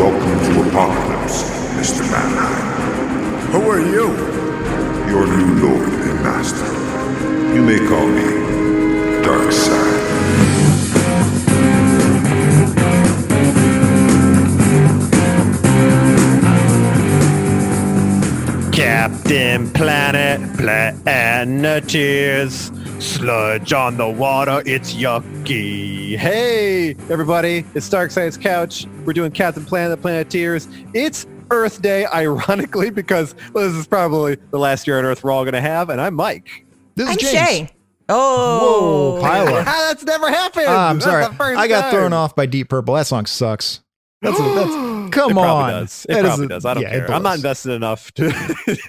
Welcome to Apocalypse, Mr. Manheim. Who are you? Your new lord and master. You may call me Darkseid. Captain Planet, Planeteers, sludge on the water, it's yucky. Hey, everybody, it's Dark Science Couch. We're doing Captain Planet, Planeteers. It's Earth Day, ironically, because well, this is probably the last year on Earth we're all going to have, and I'm Mike. This I'm is James. Shay. Oh, Whoa, Iowa. Ah, that's never happened. Ah, I'm That's sorry. the first I got time. thrown off by Deep Purple. That song sucks. That's, that's come It on. probably does. It That is probably a- does. I don't yeah, it care. I'm not blows. invested enough to,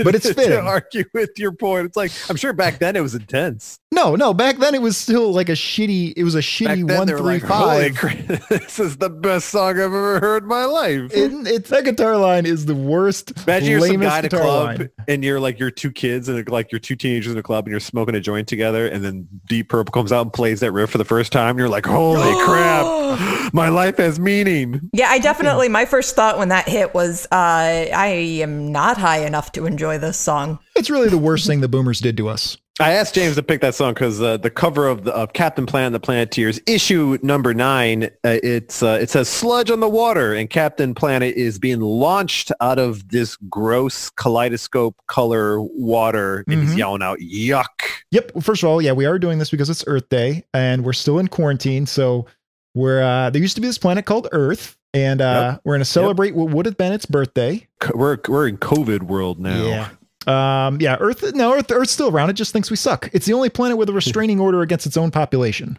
But it's to fitting. argue with your point. It's like I'm sure back then it was intense. No, no. Back then it was still like a shitty. It was a shitty one three five. "Holy crap, this is the best song I've ever heard in my life." It, it's that guitar line is the worst. Imagine you're lamest some guy at a guitar club line. and you're like your two kids and like your two teenagers in a club and you're smoking a joint together and then Deep Purple comes out and plays that riff for the first time. You're like, holy crap, my life has meaning. yeah. I definitely. My first thought when that hit was, uh, I am not high enough to enjoy this song. It's really the worst thing the Boomers did to us. I asked James to pick that song because uh, the cover of, the, of Captain Planet and the Planeteers issue number nine, uh, it's uh, it says sludge on the water, and Captain Planet is being launched out of this gross kaleidoscope color water, and he's Mhm. yelling out "yuck." Yep. First of all, yeah, we are doing this because it's Earth Day and we're still in quarantine. So we're uh, there used to be this planet called Earth, and uh, we're gonna celebrate what would have been its birthday. C- We're we're in COVID world now. Yeah. Um, yeah, Earth. No, Earth. Earth's still around. It just thinks we suck. It's the only planet with a restraining order against its own population.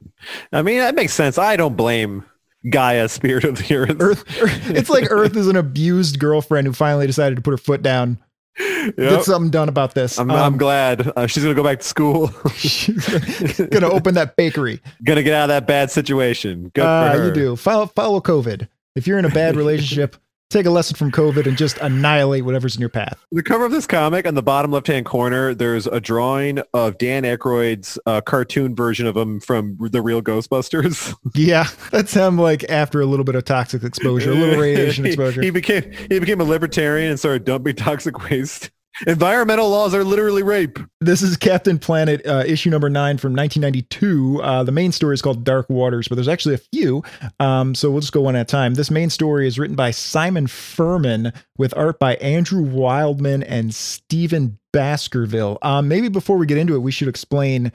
I mean that makes sense. I don't blame Gaia, spirit of the earth. Earth. it's like Earth is an abused girlfriend who finally decided to put her foot down, Yep. get something done about this. Um, I'm, I'm glad uh, she's gonna go back to school. she's gonna open that bakery. gonna get out of that bad situation. Good Uh, for her. You do follow follow COVID. If you're in a bad relationship, take a lesson from COVID and just annihilate whatever's in your path. The cover of this comic, on the bottom left-hand corner, there's a drawing of Dan Aykroyd's uh, cartoon version of him from the real Ghostbusters. Yeah, that's him. Like after a little bit of toxic exposure, a little radiation He- exposure. He, became he became a libertarian and started dumping toxic waste. Environmental laws are literally rape. This is Captain Planet uh, issue number nine from 1992. Uh, the main story is called Dark Waters, but there's actually a few. Um, so we'll just go one at a time. This main story is written by Simon Furman with art by Andrew Wildman and Stephen Baskerville. Um, maybe before we get into it, we should explain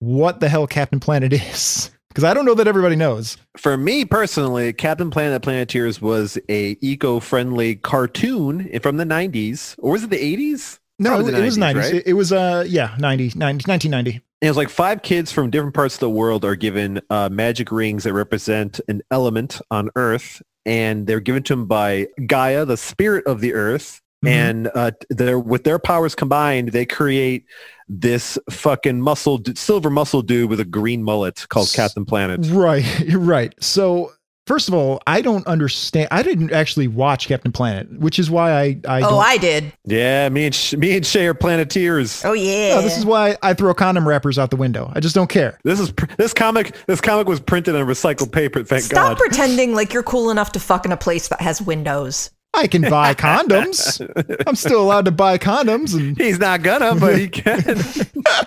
what the hell Captain Planet is, because I don't know that everybody knows. For me personally, Captain Planet Planeteers was a eco-friendly cartoon from the 90s, or was it the 80s? No, Probably Oh, it, the was 90s, 90s. right? It, it was uh, yeah, 90, 90, 1990. And it's like five kids from different parts of the world are given uh, magic rings that represent an element on Earth, and they're given to them by Gaia, the spirit of the Earth. Mm-hmm. Mhm. And uh, they're, with their powers combined, they create this fucking muscle, d- silver muscle dude with a green mullet called S- Captain mm. Planet. Right, you're right. So first of all, I don't understand. I didn't actually watch Captain Planet, which is why I I oh, don't. I did. Yeah, me and Sh- me and Shay are Planeteers. Oh yeah. No, this is why I throw condom wrappers out the window. I just don't care. This is pr- this comic. This comic was printed on recycled paper. Thank God. Stop pretending like you're cool enough to fuck in a place that has windows. I can buy condoms. I'm still allowed to buy condoms, and He's not gonna, but he can.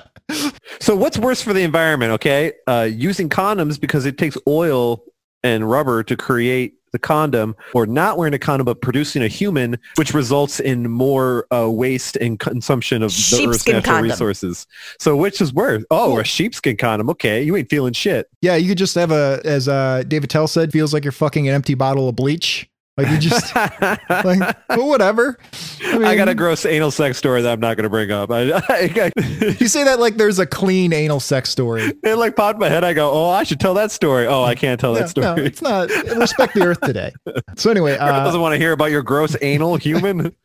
so what's worse for the environment? Okay, uh, using condoms because it takes oil and rubber to create the condom, or not wearing a condom but producing a human, which results in more uh, waste and consumption of the Earth's Sheepskin natural condom. resources. So which is worse? Oh, a sheepskin condom. Okay, you ain't feeling shit. yeah, you could just have a as uh, David Tell said, feels like you're fucking an empty bottle of bleach. Like you just like, but whatever. I, I got a mean, gross anal sex story that I'm not going to bring up. I, I, I- You say that like there's a clean anal sex story. it like popped in my head. I go, oh, I should tell that story. Oh, I can't tell No, that story. no, it's not. Respect the earth today. So anyway, Everyone uh, doesn't want to hear about your gross anal human.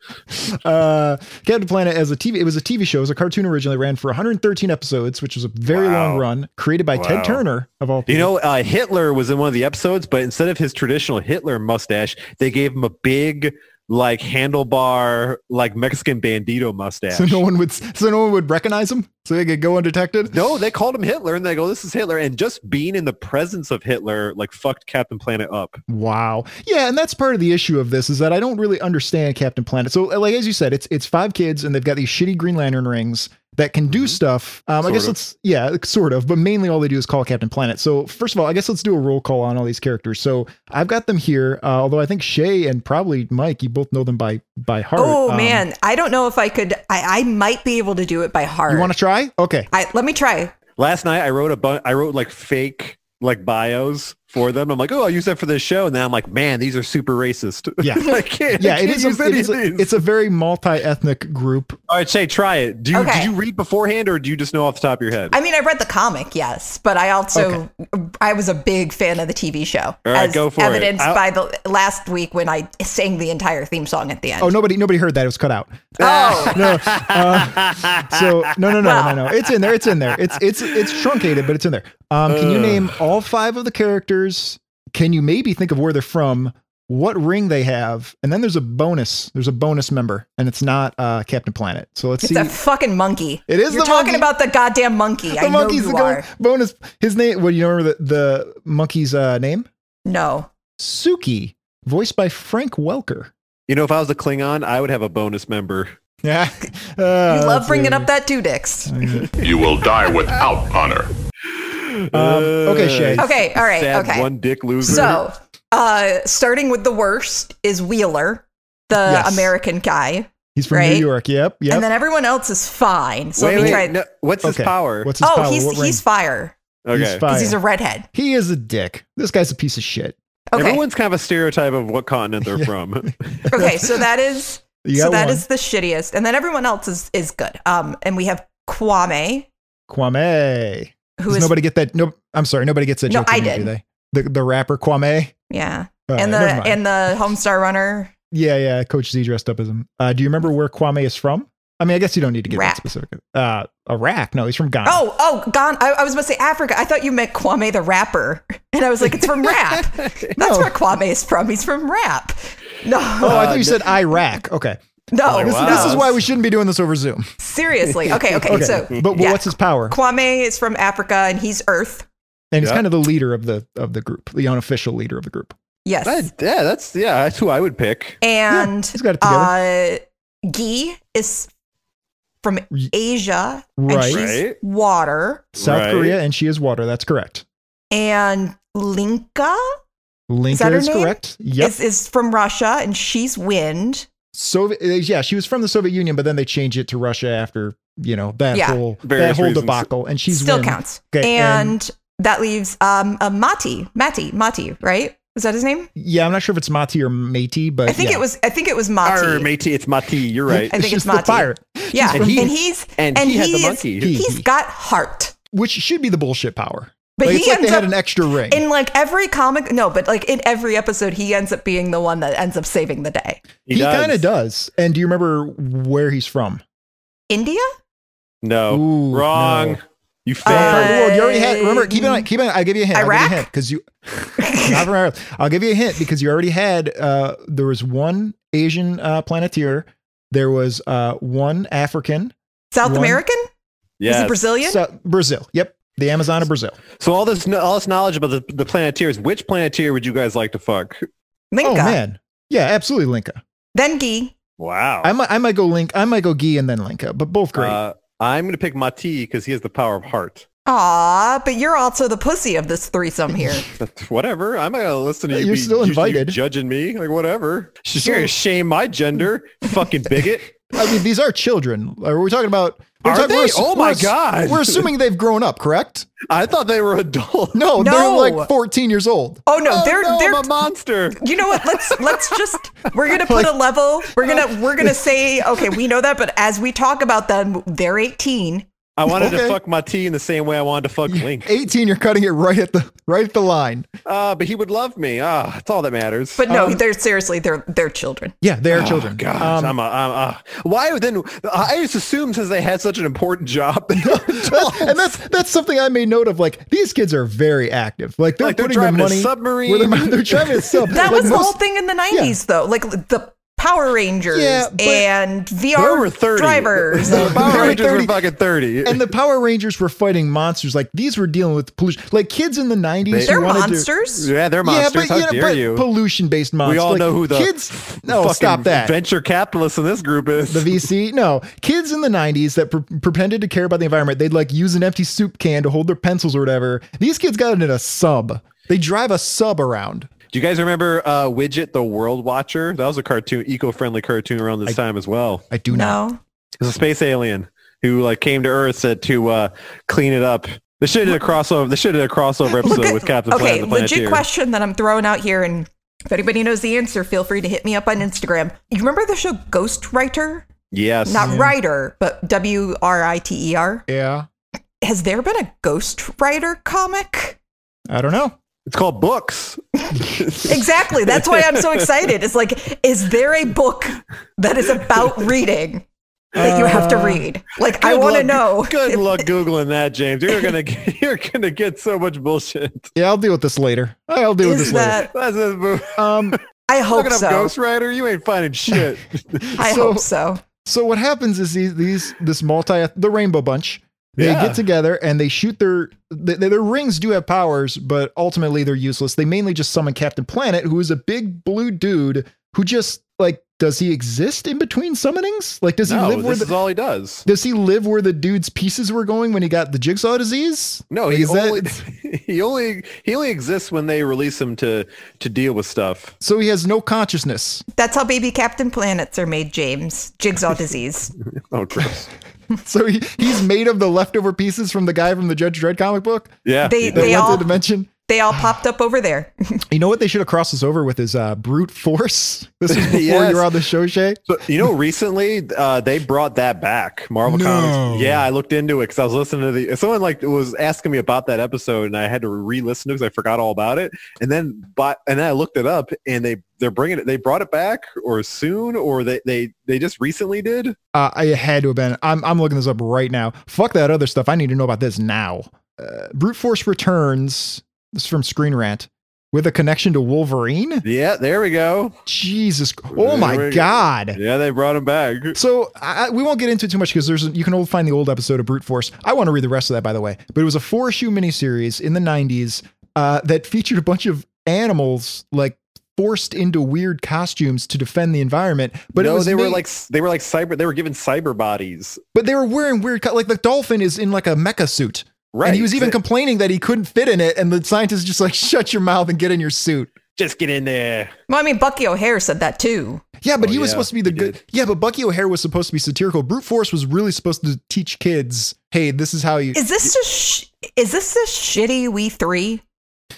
uh, Captain Planet as a TV. It was a TV show. It was a cartoon originally. Ran for 113 episodes, which was a very Wow. long run. Created by Wow. Ted Turner of all. you people. know, uh, Hitler was in one of the episodes, but instead of his traditional Hitler mustache, they gave him a big like handlebar, like Mexican bandito mustache. So no one would so no one would recognize him, so they could go undetected. No, they called him Hitler, and they go, "This is Hitler." And just being in the presence of Hitler, like fucked Captain Planet up. Wow. Yeah, and that's part of the issue of this is that I don't really understand Captain Planet. So like as you said, it's it's five kids and they've got these shitty Green Lantern rings that can do stuff. Um, I Mm-hmm. Sort guess of. let's yeah, like, sort of, but mainly all they do is call Captain Planet. So first of all, I guess let's do a roll call on all these characters. So I've got them here, uh, although I think Shay and probably Mike, you both know them by by heart. Oh Um, man, I don't know if I could. I, I might be able to do it by heart. you want to try? Okay. I, let me try. Last night, I wrote a bu- I wrote like fake like bios for them. I'm like, "Oh, I'll use that for this show," and then I'm like, "Man, these are super racist." Yeah. I can't. Yeah, I it can't is, use a, it any is of a, these. it's a very multi-ethnic group. All right, Shay, try it. Do you Okay. did you read beforehand, or do you just know off the top of your head? I mean, I read the comic, yes, but I also I was a big fan of the TV show, right, as go for it. evidenced I'll- by the last week when I sang the entire theme song at the end. Oh, nobody nobody heard that. It was cut out. Oh, No. uh, so no no no no no. It's in there. It's in there. It's it's it's truncated, but it's in there. Um, can you name all five of the characters? Can you maybe think of where they're from? What ring they have? And then there's a bonus. There's a bonus member, and it's not uh, Captain Planet. So let's it's see. a fucking monkey. It is You're the talking monkey. about the goddamn monkey. I know you the are. bonus. His name. Well, you remember the the monkey's uh, name? No, Suki, voiced by Frank Welker. you know, if I was a Klingon, I would have a bonus member. Yeah, Oh, you love bringing up that two dicks. You will die without honor. Um, okay, Shay. Okay, all right, Uh, Sad okay. One dick loser. So, uh, starting with the worst is Wheeler, the Yes. American guy, He's from New Right. York. Yep, yep. and then everyone else is fine. So wait, let me wait, try. no, what's his Okay. power? What's his oh, power? he's What ring? he's fire okay. He's because he's a fire. redhead. he is a dick. This guy's a piece of shit. Okay, Everyone's kind of a stereotype of what continent they're from. okay. So that is You so got that one. is the shittiest, and then everyone else is is good. Um, and we have Kwame, Kwame. who Does is nobody get that? No, I'm sorry. Nobody gets that No, joke. from I me, did. Do they? The the rapper Kwame. yeah, Uh, and the never mind. and the Homestar Runner. yeah, yeah. Coach Z dressed up as him. Uh, do you remember where Kwame is from? I mean, I guess you don't need to get Rap. that specific. Uh, Iraq. No, he's from Ghana. Oh, oh, gone. I, I was about to say Africa. I thought you meant Kwame the rapper, and I was like, it's from rap. That's No. where Kwame is from. He's from rap. No, Oh, I thought you said Iraq. Okay. no, Oh, This, wow. no. this is why we shouldn't be doing this over Zoom. Seriously. Okay, okay. Okay. So, but but yeah, what's his power? Kwame is from Africa and he's Earth. And he's Yeah. kind of the leader of the of the group, the unofficial leader of the group. Yes. That- yeah, that's yeah, that's who I would pick. and he's got it uh, Guy is from Y- Asia and Right. she's Right. water. South Right. Korea, and she is water. That's correct. And Linka Linka that her is name? correct. Yep. is, is from Russia and she's wind. Soviet. uh, Yeah, she was from the Soviet Union, but then they changed it to Russia after you know that Yeah. whole that Various whole reasons. debacle, and she's Still win. counts. Okay, and, and- that leaves um, uh, Mati, Mati, Mati, right? Is that his name? Yeah, I'm not sure if it's Mati or Metis, but I think Uh, yeah. it was. I think it was Mati. Arr, matey, it's Mati. You're right. I think She's it's the Mati. pirate. Yeah, She's and, from Heat. he's And he had the is- monkey. He's got heart. which should be the bullshit power. But Like, he it's like they ends had up- an extra ring. In like every comic, no, but like in every episode, he ends up being the one that ends up saving the day. he kind of does. And do you remember where he's from? India? No, Ooh, Oh, wrong. no. You Uh, Well, failed. you already had. Remember, keep it. on- Keep it. on- I'll give you a hint. I'll give Iraq? you a hint because you. not from Earth. I'll give you a hint because you already had. Uh, there was one Asian uh, planeteer. There was uh, one African. South One- American? Is he Yes. Brazilian? So, Brazil. Yep. The Amazon of Brazil. So all this kn- all this knowledge about the, the planeteers, which planeteer would you guys like to fuck? Linka. Oh man. Yeah, absolutely Linka. Then Gi. Wow. I might I might go Link. I might go Gee and then Linka, but both great. Uh, I'm gonna pick Mati because he has the power of heart. Aw, but you're also the pussy of this threesome here. But whatever. I'm not gonna listen to you. You're be- still you- you invited. judging me, like whatever. She's So- gonna shame my gender, fucking bigot. I mean, these are children. Are we talking about? we're Are talking- we're they? ass- Oh my we're ass- God. We're assuming they've grown up, correct? I thought they were adults. No, No. they're like 14 years old. Oh no, they're no, they're I'm a monster. you know what? Let's let's just we're gonna put a level. We're oh. gonna we're gonna say okay, we know that, but as we talk about them, they're 18. I wanted Okay. to fuck Mati in the same way I wanted to fuck Link. 18, you're cutting it right at the right at the line. Ah, but he would love me. Ah, that's all that matters. But Um, no, they're seriously they're they're children. Yeah, they are children. Oh, God, Um, I'm a, I'm a, why then? I just assume since they had such an important job, that they're adults. and that's that's something I made note of. Like these kids are very active. Like they're Like, they're putting their driving a money submarine. where They're, they're driving a sub. like That was the most- whole thing in the 90s, though. Like the Power Rangers Yeah, but and There VR were 30. drivers. The There Power were Rangers were 30. fucking 30. and the Power Rangers were fighting monsters. Like these were dealing with pollution. Like kids in the nineties, They're monsters. yeah, they're monsters. How dare you? pollution based monsters. We all Like, know who the kids. No, fucking stop that. Venture capitalists in this group is. the VC. No, kids in the 90s that pre- pretended to care about the environment, they'd like use an empty soup can to hold their pencils or whatever. These kids got it in a sub. They drive a sub around. Do you guys remember uh, Widget the World Watcher? That was a cartoon, eco-friendly cartoon around this time as well. I do not. No. It was a space alien who like came to Earth said to uh, clean it up. They should have did a crossover. They should have did a crossover episode Look at- with Captain okay, Planet. the legit Planeteer. question that I'm throwing out here, and if anybody knows the answer, feel free to hit me up on Instagram. You remember the show Ghost Writer? Yes. Not writer, but W R I T E R. Yeah. Has there been a Ghost Writer comic? I don't know. it's called books. Exactly. That's why I'm so excited. It's like, is there a book that is about reading that you have to read? Like, I Good want to luck- know. Good luck googling that, James. You're gonna you're gonna get so much bullshit. Yeah, I'll deal with this later. I'll deal with Is this that? That's a move. later. Um, I hope Looking up so. Ghost Rider, you ain't finding shit. I So- hope so. so what happens is these, these this multi the Rainbow Bunch. They Yeah. get together and they shoot their th- their rings do have powers, but ultimately they're useless. They mainly just summon Captain Planet, who is a big blue dude who just like does he exist in between summonings? Like does he no, live where this the, is all he does. Does he live where the dude's pieces were going when he got the jigsaw disease? No, Like, he is that- only he only he only exists when they release him to to deal with stuff. so he has no consciousness. That's how baby Captain Planets are made, James. Jigsaw disease. Oh, gross. So he, he's made of the leftover pieces from the guy from the Judge Dredd comic book. Yeah, They- he That they went to all- a dimension. They all popped up over there. You know what they should have crossed us over with is uh, brute force. This is before Yes. you were on the show, Shay. But you know, recently uh, they brought that back. Marvel No. Comics. Yeah, I looked into it because I was listening to the someone like was asking me about that episode, and I had to re-listen to because I forgot all about it. And then, but and then I looked it up, and they they're bringing it. They brought it back, or soon, or they they they just recently did. Uh, I had to have been. I'm, I'm looking this up right now. Fuck that other stuff. I need to know about this now. Uh, brute force returns. This is from Screen Rant with a connection to Wolverine. Yeah, there we go. Jesus. Oh my There we go. God. Yeah, they brought him back. So I, I- we won't get into it too much because there's you can old find the old episode of Brute Force. I want to read the rest of that by the way, but it was a four issue miniseries in the '90s uh, that featured a bunch of animals like forced into weird costumes to defend the environment. But But it no, was they were made- like they were like cyber. They were given cyber bodies. but they were wearing weird co- like the dolphin is in like a mecha suit, Right. and he was even They- complaining that he couldn't fit in it, and the scientist just like shut your mouth and get in your suit. just get in there. Well, I mean, Bucky O'Hare said that too. Yeah, but Oh, he was yeah, supposed to be the he good. did. Yeah, but Bucky O'Hare was supposed to be satirical. Brute Force was really supposed to teach kids, hey, this is how you. Is this just sh- is this the shitty We Three?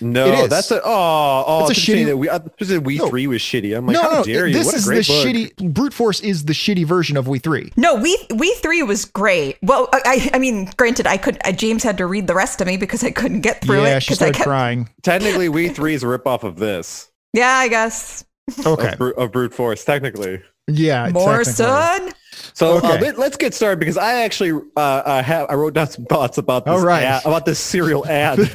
No, It is. that's a oh oh. That's a I keep saying shitty- That we I just said we No. three was shitty. I'm like, how dare you? This what a is great the book. shitty brute force is the shitty version of We Three. No, We We Three was great. Well, I I- I mean, granted, I could. I, James had to read the rest of me because I couldn't get through yeah, it. she 'cause I started kept- crying. Technically, we three is a ripoff of this Yeah, I guess Okay. of, Bru- of brute force. Technically, Yeah. more technically. sun. so Okay. uh, let, us get started because I actually uh, I have I wrote down some thoughts about this All right. ad- about this serial ad.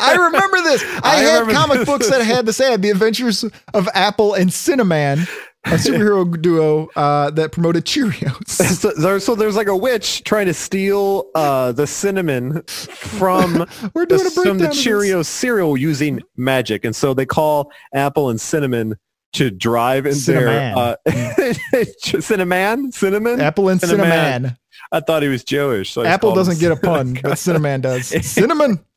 I remember this. I, I had remember comic this. books that had this ad, The Adventures of Apple and Cinnamon, a superhero duo uh, that promoted Cheerios. so, there, so there's like a witch trying to steal uh, the cinnamon from We're the, doing a breakdown. from the of this. Cheerio cereal using magic, and so they call Apple and Cinnamon to drive in Cinnamon. their uh, cinnamon, cinnamon. Apple and Cinnamon. Cinnamon. I thought he was Jewish. So I just Apple called Oh him doesn't get a pun, but Cinnamon does. Cinnamon.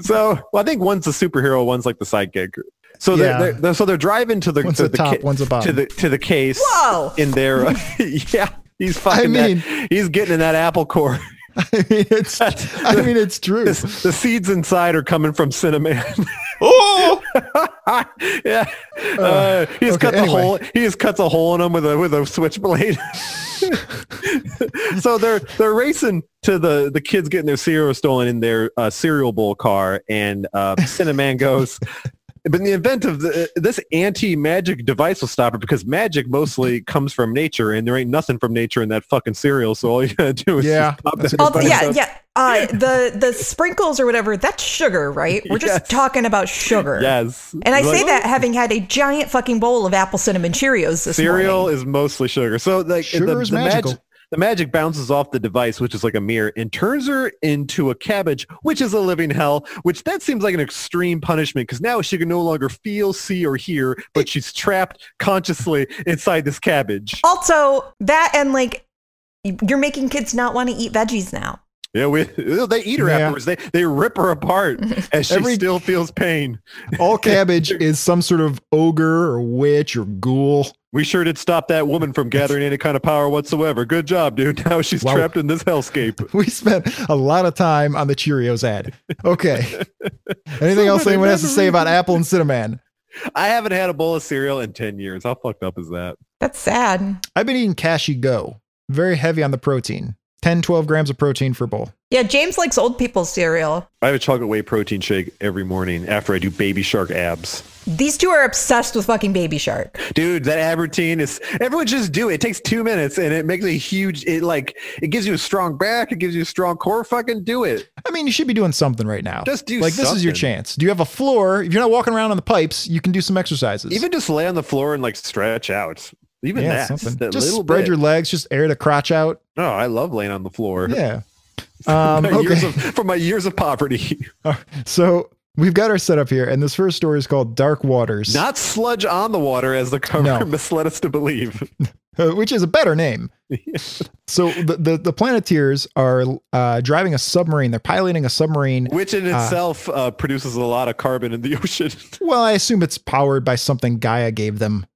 So well, I think one's the superhero, one's like the sidekick. So Yeah. they're, they're, they're- so they're driving to the One's to the top, ca- one's the bottom. to the to the case. Whoa! In their uh, yeah, he's fucking. I mean- that, he's getting in that apple core. I mean, it's. I mean, it's true. the, the seeds inside are coming from cinnamon. Oh. yeah, uh, he just okay, cuts anyway. a hole. He just cuts a hole in them with a with a switchblade. so they're they're racing to the the kids getting their cereal stolen in their uh, cereal bowl car, and uh, Cinnamon goes. But in the event of the, this anti-magic device will stop it because magic mostly comes from nature, and there ain't nothing from nature in that fucking cereal. So all you gotta do is Yeah, just pop that's that a All good the- point. device yeah, up. yeah. uh, the the sprinkles or whatever, that's sugar, right? We're just Yes. talking about sugar. Yes. And I Like, say that having had a giant fucking bowl of apple cinnamon Cheerios this cereal morning. is mostly sugar. So like Sugar the, is the magic- magical. the magic bounces off the device, which is like a mirror, and turns her into a cabbage, which is a living hell. Which that seems like an extreme punishment because now she can no longer feel, see, or hear, but she's trapped consciously inside this cabbage. Also, that and like you're making kids not want to eat veggies now. Yeah, we, they eat her Yeah. afterwards. They they rip her apart as she Every- still feels pain. All cabbage is some sort of ogre or witch or ghoul. We sure did stop that woman from gathering any kind of power whatsoever. Good job, dude. Now she's Wow. trapped in this hellscape. We spent a lot of time on the Cheerios ad. Okay. Anything else Somebody anyone has to say never- about Apple and Cinnamon? I haven't had a bowl of cereal in 10 years. How fucked up is that? That's sad. I've been eating Cashy Go, very heavy on the protein. 10, 12 grams of protein for a bowl. Yeah, James likes old people cereal. I have a chocolate whey protein shake every morning after I do baby shark abs. These two are obsessed with fucking Baby Shark. Dude, that ab routine is everyone just do it. It takes two minutes and it makes a huge it like it gives you a strong back, it gives you a strong core. Fucking do it. I mean, you should be doing something right now. Just do like this is your something. chance. Do you have a floor? If you're not walking around on the pipes, you can do some exercises. Even just lay on the floor and like stretch out. Even that, yeah, something. that just little spread bit. your legs. Just air the crotch out. No, I love laying on the floor. Yeah. Um, My years okay. of, from my years of poverty. so we've got our setup here, and this first story is called "Dark Waters," Not sludge on the water as the cover No. misled us to believe. uh, which is a better name. so the, the the Planeteers are uh, driving a submarine. They're piloting a submarine. Which in itself uh, produces a lot of carbon in the ocean. Well, I assume it's powered by something Gaia gave them.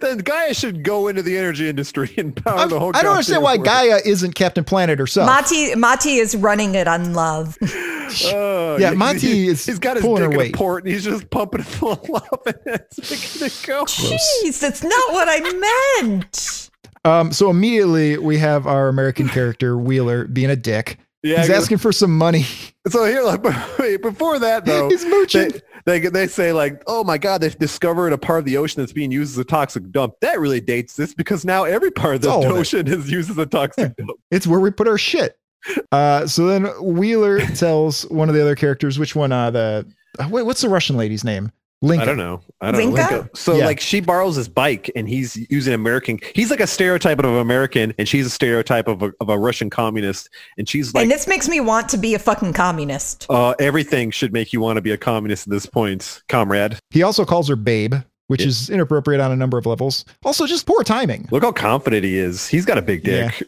then Gaia should go into the energy industry and power I'm- Oh, the whole. I don't understand why goddamn Gaia isn't Captain Planet Oh. herself. Mati Mati is running it on love. world. Oh, Yeah, he- Monty he- is He's got his pulling dick her in a weight. port and he's just pumping it full of love and it's making it go. Jeez, that's not what I meant. Um, so immediately we have our American character Wheeler being a dick. Yeah, he's I- asking for some money. So here, like, wait, before that though, He's mooching. They, they they say like, oh my god, they've discovered a part of the ocean that's being used as a toxic dump. That really dates this because now every part of the all of it. ocean is used as a toxic dump. It's where we put our shit. Uh, so then Wheeler tells one of the other characters, which one? Uh, the uh, wait, what's the Russian lady's name? Lincoln. I don't know. I don't Rinka? know. Rinka. So Yeah. like she borrows his bike and he's using American. He's like a stereotype of American and she's a stereotype of a, of a Russian communist. And she's like, and this makes me want to be a fucking communist. uh, everything should make you want to be a communist at this point, comrade. He also calls her babe, which is inappropriate on a number of levels. Also, just poor timing. Look how confident he is. He's got a big dick.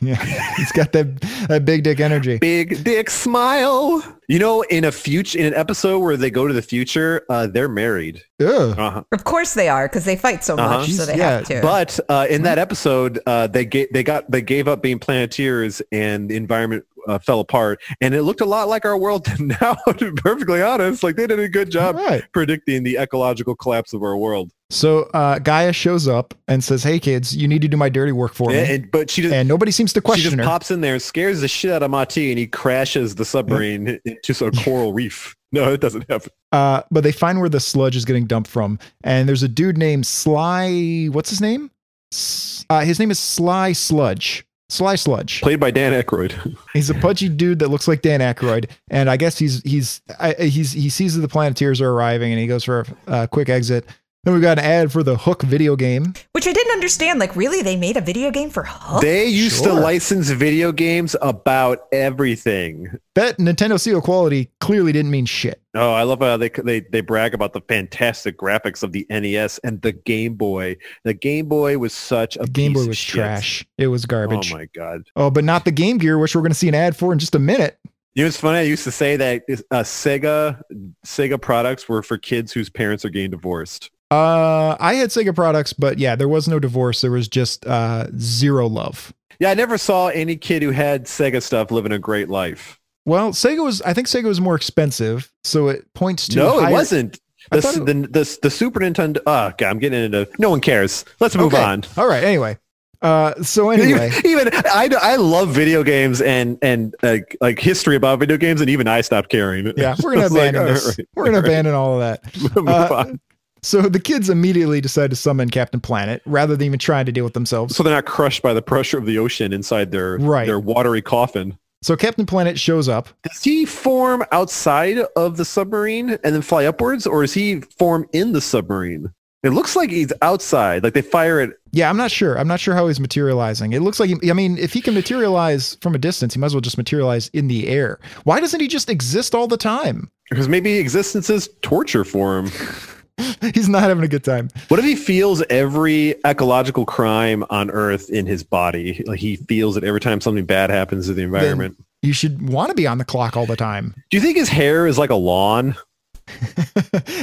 Yeah, he's got that that big dick energy. Big dick smile. You know, in a future, in an episode where they go to the future, uh, they're married. Ugh. Uh-huh. Of course they are, because they fight so Uh-huh. much, so they Yeah, Mm-hmm. have to. But uh, in that episode, uh, they ga- they got they gave up being planeteers, and the environment uh, fell apart. And it looked a lot like our world now. To be perfectly honest, like they did a good All job right. predicting the ecological collapse of our world. So uh, Gaia shows up and says, "Hey kids, you need to do my dirty work for me." And, and- but she just and nobody seems to she question just her. pops in there and scares the shit out of Mati, and he crashes the submarine into a coral reef. No, it doesn't happen. Uh, but they find where the sludge is getting dumped from, and there's a dude named Sly. What's his name? S- Uh, his name is Sly Sludge. Sly Sludge. Played by Dan Aykroyd. He's a pudgy dude that looks like Dan Aykroyd, and I guess he's he's I, he's he sees that the Planeteers are arriving, and he goes for a uh, quick exit. Then we got an ad for the Hook video game. Which I didn't understand. Like, really, they made a video game for Hook? They used Oh, Sure. to license video games about everything. That Nintendo CEO quality clearly didn't mean shit. Oh, I love how they, they they brag about the fantastic graphics of the NES and the Game Boy. The Game Boy was such a The Game Boy piece of was shit. trash. It was garbage. Oh my god! oh, but not the Game Gear, which we're going to see an ad for in just a minute. You know, it's funny. I used to say that uh, Sega Sega products were for kids whose parents are getting divorced. Uh, I had Sega products, but yeah, there was no divorce. There was just uh, zero love. Yeah, I never saw any kid who had Sega stuff living a great life. Well, Sega was. I think Sega was more expensive, so it points to. no, higher- it wasn't. I The, thought it- the, the, the Super Nintendo. Oh, God, I'm getting into. No one cares. Let's move Okay. on. All right. Anyway. Uh, so anyway, Even, even I, I love video games and and uh, like history about video games, and even I stopped caring. yeah, we're gonna It's like, abandon all this. right, we're gonna all right, abandon all of that. move uh, on. So the kids immediately decide to summon Captain Planet rather than even trying to deal with themselves. So they're not crushed by the pressure of the ocean inside their Right. their watery coffin. So Captain Planet shows up. Does he form outside of the submarine and then fly upwards, or is he form in the submarine? It looks like he's outside. Like they fire it. Yeah, I'm not sure. I'm not sure how he's materializing. It looks like, he, I mean, if he can materialize from a distance, he might as well just materialize in the air. Why doesn't he just exist all the time? Because maybe existence is torture for him. He's not having a good time. What if he feels every ecological crime on Earth in his body? Like he feels it every time something bad happens to the environment. You should want to be on the clock all the time. Do you think his hair is like a lawn?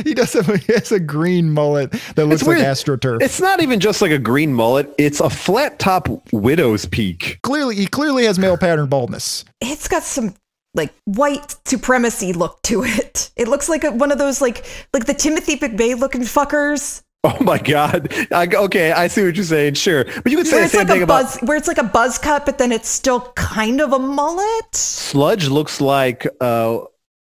he does have a, he has a green mullet that looks like weird. astroturf. It's not even just like a green mullet. It's a flat top widow's peak. clearly, he clearly has male pattern baldness. it's got some like white supremacy look to it. It looks like a, one of those like like the Timothy McVeigh looking fuckers. Oh my god. I, okay, I see what you're saying. Sure, but you could say Where the it's same like thing a about buzz, where it's like a buzz cut, but then it's still kind of a mullet. Sludge. Looks like uh,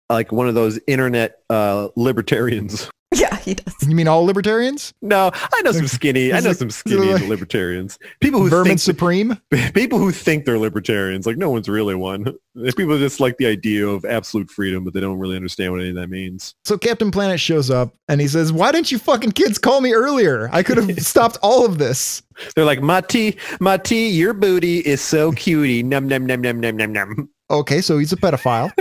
like one of those internet uh, libertarians. Yeah, he does. You mean all libertarians? No, I know some skinny. I know some skinny like- libertarians. People who Vermin think Supreme? people who think they're libertarians, like no one's really one. There's people who just like the idea of absolute freedom, but they don't really understand what any of that means. So Captain Planet shows up and he says, Why didn't you fucking kids call me earlier? I could have stopped all of this. They're like, Mati, Mati, your booty is so cutie. Num num num num num num num. Okay, so he's a pedophile.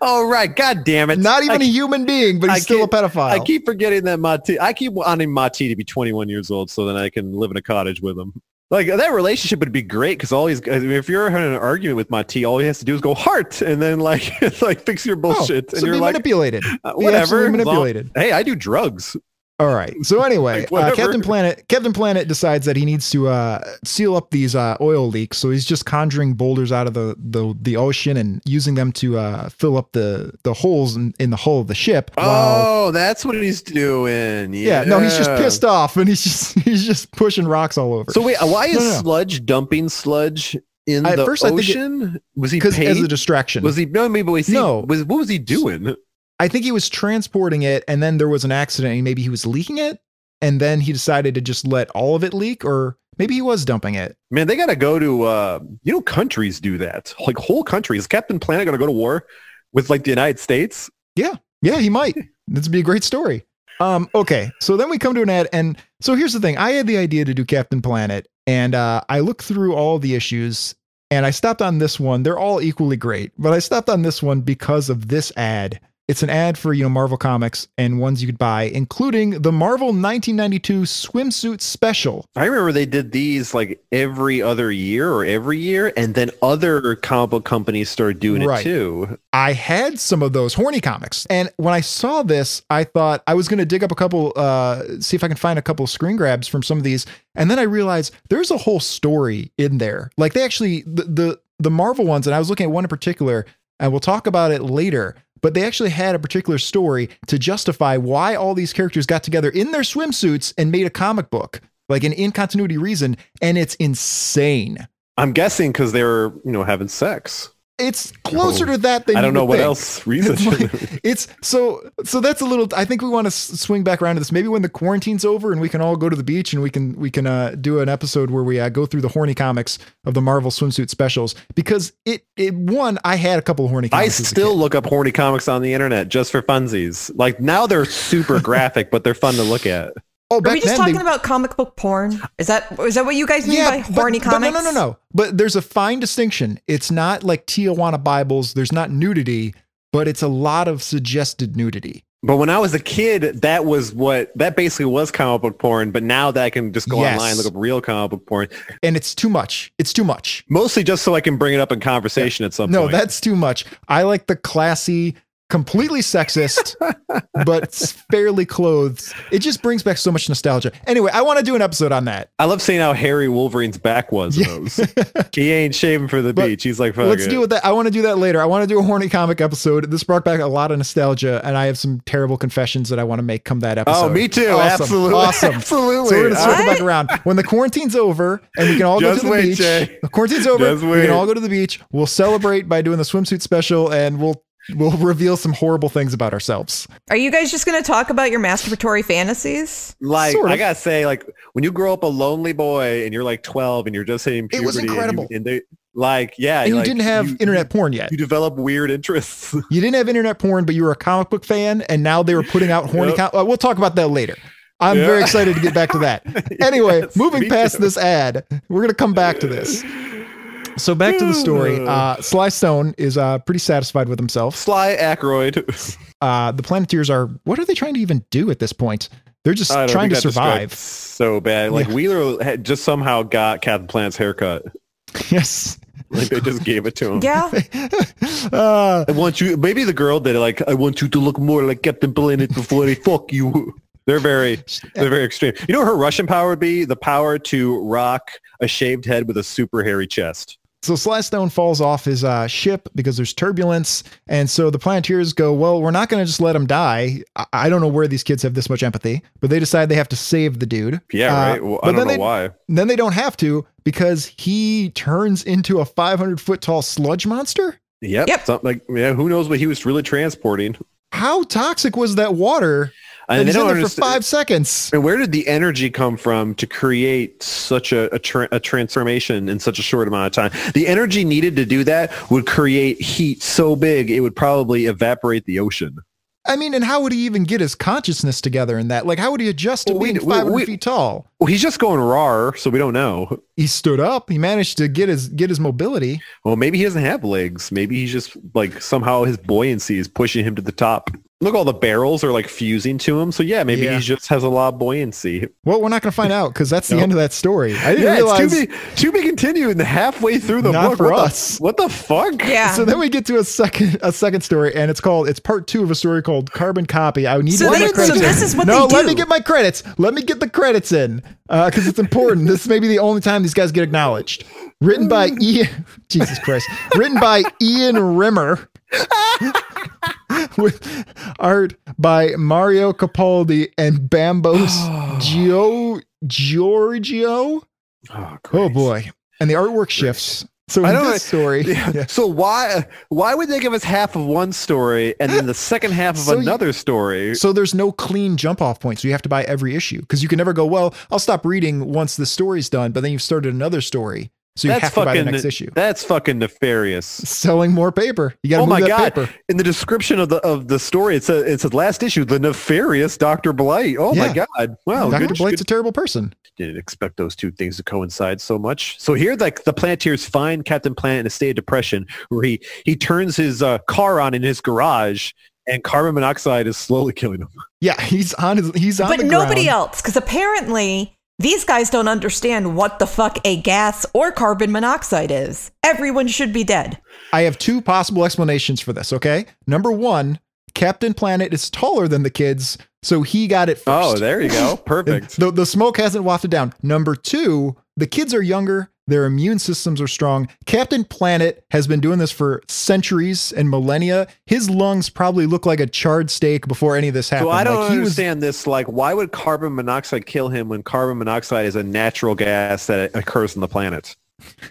All right, god damn it. Not even I, a human being, but he's I still a keep- pedophile. I keep forgetting that Mati I keep wanting Mati to be twenty one years old so then I can live in a cottage with him. Like that relationship would be great because all he's I mean, if you're having an argument with Mati, all he has to do is go heart and then like it's like fix your Oh, bullshit so and you're be like manipulated. uh, Be whatever. absolutely as long- manipulated. hey, I do drugs. All right. So anyway, Like, uh, whatever. Captain Planet Captain Planet decides that he needs to uh, seal up these uh, oil leaks. So he's just conjuring boulders out of the the, the ocean and using them to uh, fill up the the holes in, in the hull of the ship. while- Oh, that's what he's doing. yeah. Yeah. No, he's just pissed off and he's just he's just pushing rocks all over. So wait, uh, why is No, no, no. sludge dumping sludge in At the first I think it- ocean? was he because paid? as a distraction, was he no? Maybe was he, No. Was what was he doing? I think he was transporting it, and then there was an accident, and maybe he was leaking it, and then he decided to just let all of it leak, or maybe he was dumping it. Man, they gotta go to uh, you know countries do that like whole countries. Captain Planet gonna go to war with like the United States. Yeah, he might. This would be a great story. Um, okay, so then we come to an ad, and so here's the thing: I had the idea to do Captain Planet, and uh, I looked through all the issues, and I stopped on this one. They're all equally great, but I stopped on this one because of this ad. It's an ad for you know Marvel comics and ones you could buy, including the Marvel 1992 swimsuit special. I remember they did these like every other year or every year, and then other comic book companies started doing Right. it too. I had some of those horny comics. And when I saw this, I thought I was going to dig up a couple, uh, see if I can find a couple screen grabs from some of these. And then I realized there's a whole story in there. Like they actually, the, the, the Marvel ones, and I was looking at one in particular, and we'll talk about it later, but they actually had a particular story to justify why all these characters got together in their swimsuits and made a comic book, like an in continuity reason. And it's insane. I'm guessing because they were you know having sex. It's closer to that than Oh. I don't you would know what think. else reason. It's like- it's so so that's a little i think we want to swing back around to this maybe when the quarantine's over and we can all go to the beach and we can we can uh, do an episode where we uh, go through the horny comics of the marvel swimsuit specials because it it one i had a couple of horny I comics as a still look up horny comics on the internet just for funsies. Like now they're super graphic, but they're fun to look at. kid. oh Are back we just then talking they- about comic book porn? Is that is that what you guys mean by but- horny but comics? no, no, no, no. But there's a fine distinction. It's not like Tijuana Bibles. There's not nudity, but it's a lot of suggested nudity. But when I was a kid, that was what that basically was comic book porn. But now that I can just go Yes. online and look up real comic book porn, And it's too much. It's too much. mostly just so I can bring it up in conversation at some no, point. that's too much. I like the classy, completely sexist, but fairly clothed. It just brings back so much nostalgia. Anyway, I want to do an episode on that. I love seeing how hairy Wolverine's back was. in those. he ain't shaving for the But beach. He's like, fuck Let's it. deal with that. I want to do that later. I want to do a horny comic episode. This brought back a lot of nostalgia, and I have some terrible confessions that I want to make come that episode. Oh, me too. Awesome. Absolutely. Awesome. Absolutely. So we're gonna circle What? back around when the quarantine's over and we can all go Just to the wait, beach. Jay. The quarantine's over. Just We wait. can all go to the beach. We'll celebrate by doing the swimsuit special, and we'll we'll reveal some horrible things about ourselves. Are you guys just going to talk about your masturbatory fantasies? Like Sort of. I gotta say, like when you grow up a lonely boy and you're like 12 and you're just hitting It puberty, was and you- incredible. And, they like yeah, And you like, didn't have you, internet porn yet. you develop weird interests. You didn't have internet porn, but you were a comic book fan, and now they were putting out horny. Yep. Com- uh, we'll talk about that later. I'm Yeah. very excited to get back to that. Anyway, Yes, moving me past too. this ad, we're going to come back to this. So back to the story. Uh, Sly Stone is uh, pretty satisfied with himself. Sly Ackroyd. Uh, the Planeteers are. What are they trying to even do at this point? They're just I don't trying to think that describes survive. So bad. Like Wheeler had just somehow got Captain Planet's haircut. Yes. Like they just gave it to him. Yeah. Uh, I want you. Maybe the girl did it. Like I want you to look more like Captain Planet before they fuck you. They're very, they're very extreme. You know what her Russian power would be? The power to rock a shaved head with a super hairy chest. So Sly Stone falls off his uh, ship because there's turbulence, and so the Planeteers go, "Well, we're not going to just let him die." I-, I don't know where these kids have this much empathy, but they decide they have to save the dude. Yeah, Uh, right. Well, but I don't then know they- why. Then they don't have to because he turns into a 500 foot tall sludge monster. Yep. Yep. Something like yeah. Who knows what he was really transporting? How toxic was that water? And And they he's in don't there for understand. five seconds. And where did the energy come from to create such a, a, tra- a transformation in such a short amount of time? The energy needed to do that would create heat so big it would probably evaporate the ocean. I mean, and how would he even get his consciousness together in that? Like, how would he adjust to Well, we- being we- 500 we- feet tall? Well, he's just going raw, so we don't know. He stood up. He managed to get his get his mobility. Well, maybe he doesn't have legs. Maybe he's just like somehow his buoyancy is pushing him to the top. Look, all the barrels are like fusing to him. So yeah, maybe Yeah. he just has a lot of buoyancy. Well, we're not going to find out because that's the No. end of that story. I didn't Yeah, realize. it's to be to be continued halfway through the Not book. for what us. The, what the fuck? Yeah. So then we get to a second a second story, and it's called it's part two of a story called Carbon Copy. I need So one they- of my so credits. this in. is what no, they let do. me get my credits. Let me get the credits in because it's important. this may be the only time these guys get acknowledged. Written by Ian. Jesus Christ. Written by Ian Rimmer. with art by Mario Capaldi and Bambos Oh. Gio Giorgio. Oh, Oh Christ. boy. And the artwork shifts. So in I don't- this story, Yeah. So why why would they give us half of one story and then the second half of So you- another story? so there's no clean jump off point. So you have to buy every issue because you can never go, well, I'll stop reading once the story's done, but then you've started another story. So you that's have to buy fucking the next issue. that's fucking nefarious. Selling more paper. You got to Oh my move that god! paper. In the description of the of the story, it says it says last issue, the nefarious Doctor Blight. Oh my Yeah. god! Wow, Dr. good, Blight's good- a terrible person. Didn't expect those two things to coincide so much. So here, like the Planeteers find Captain Planet in a state of depression, where he he turns his uh, car on in his garage, and carbon monoxide is slowly killing him. Yeah, he's on his he's on But the nobody ground. else, because apparently these guys don't understand what the fuck a gas or carbon monoxide is. Everyone should be dead. I have two possible explanations for this, okay? Number one, Captain Planet is taller than the kids, so he got it first. Oh, there you go, And perfect. The, the smoke hasn't wafted down. Number two, the kids are younger. Their immune systems are strong. Captain Planet has been doing this for centuries and millennia. His lungs probably look like a charred steak before any of this happened. So I don't Like, he was- understand this. Like, why would carbon monoxide kill him when carbon monoxide is a natural gas that occurs on the planet?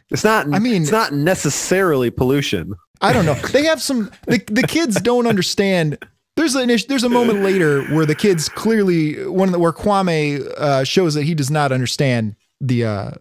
It's not. I I mean- mean, it's not necessarily pollution. I don't know. They have some. The, the kids don't understand. There's an issue, there's a moment later where the kids clearly one of the, where Kwame uh, shows that he does not understand the uh,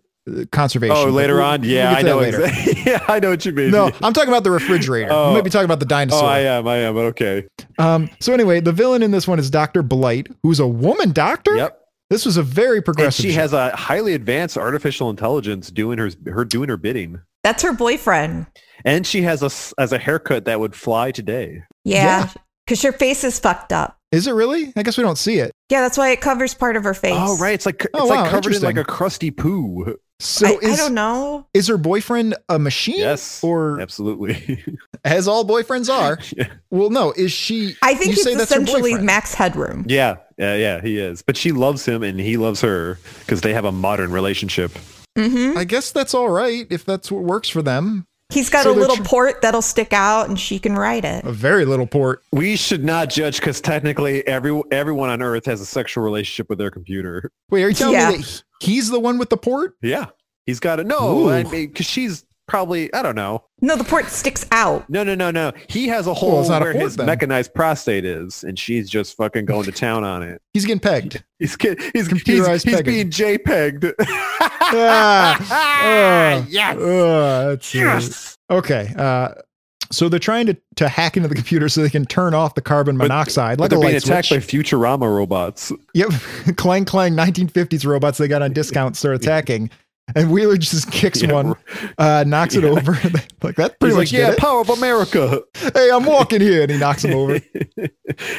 conservation. Oh, later We'll- on, we'll yeah, get to I that know. later. Exactly. yeah, I know what you mean. No, I'm talking about the refrigerator. Oh. You might be talking about the dinosaur. Oh, I am. I am. Okay. Um, so anyway, the villain in this one is Doctor Blight, who's a woman doctor. Yep. This was a very And progressive. she show. has a highly advanced artificial intelligence doing her her doing her bidding, That's her boyfriend. and she has a s- as a haircut that would fly today. Yeah. Because her face is fucked up. is it really? I guess we don't see it. Yeah, that's why it covers part of her face. Oh, right. It's like Oh, it's wow, like covered in like interesting. a crusty poo. So I, I is don't know. is her boyfriend a machine? Yes. Or Absolutely. as all boyfriends are? Yeah. Well, no. Is she? I think you it's say that's her essentially boyfriend. Max Headroom. Yeah, yeah, yeah, he is. But she loves him and he loves her because they have a modern relationship. hmm I guess that's all right if that's what works for them. He's got So a they're little tr- port that'll stick out and she can ride it. A very little port. We should not judge because technically every everyone on Earth has a sexual relationship with their computer. Wait, are you telling Yeah. me that he- he's the one with the port? Yeah, he's got it. No, Ooh. because she's probably I don't know. No, the port sticks out. No, no, no, no. He has a Well, hole it's not a where horde his then. mechanized prostate is, and she's just fucking going to town on it. He's getting pegged. He's kid- he's he's, Computerized he's being pegging. JPEG'd. Ah, yes. Uh, that's, uh, Yes. okay. Uh, so they're trying to, to hack into the computer so they can turn off the carbon But- monoxide. But Like they're a being light attacked switch. by Futurama robots. Yep. clang clang 1950s robots they got on discount start attacking. And Wheeler just kicks Yeah, one, right. uh, knocks it over. like that He's pretty much like, yeah, did it. Power of America. Hey, I'm walking here. And he knocks him over.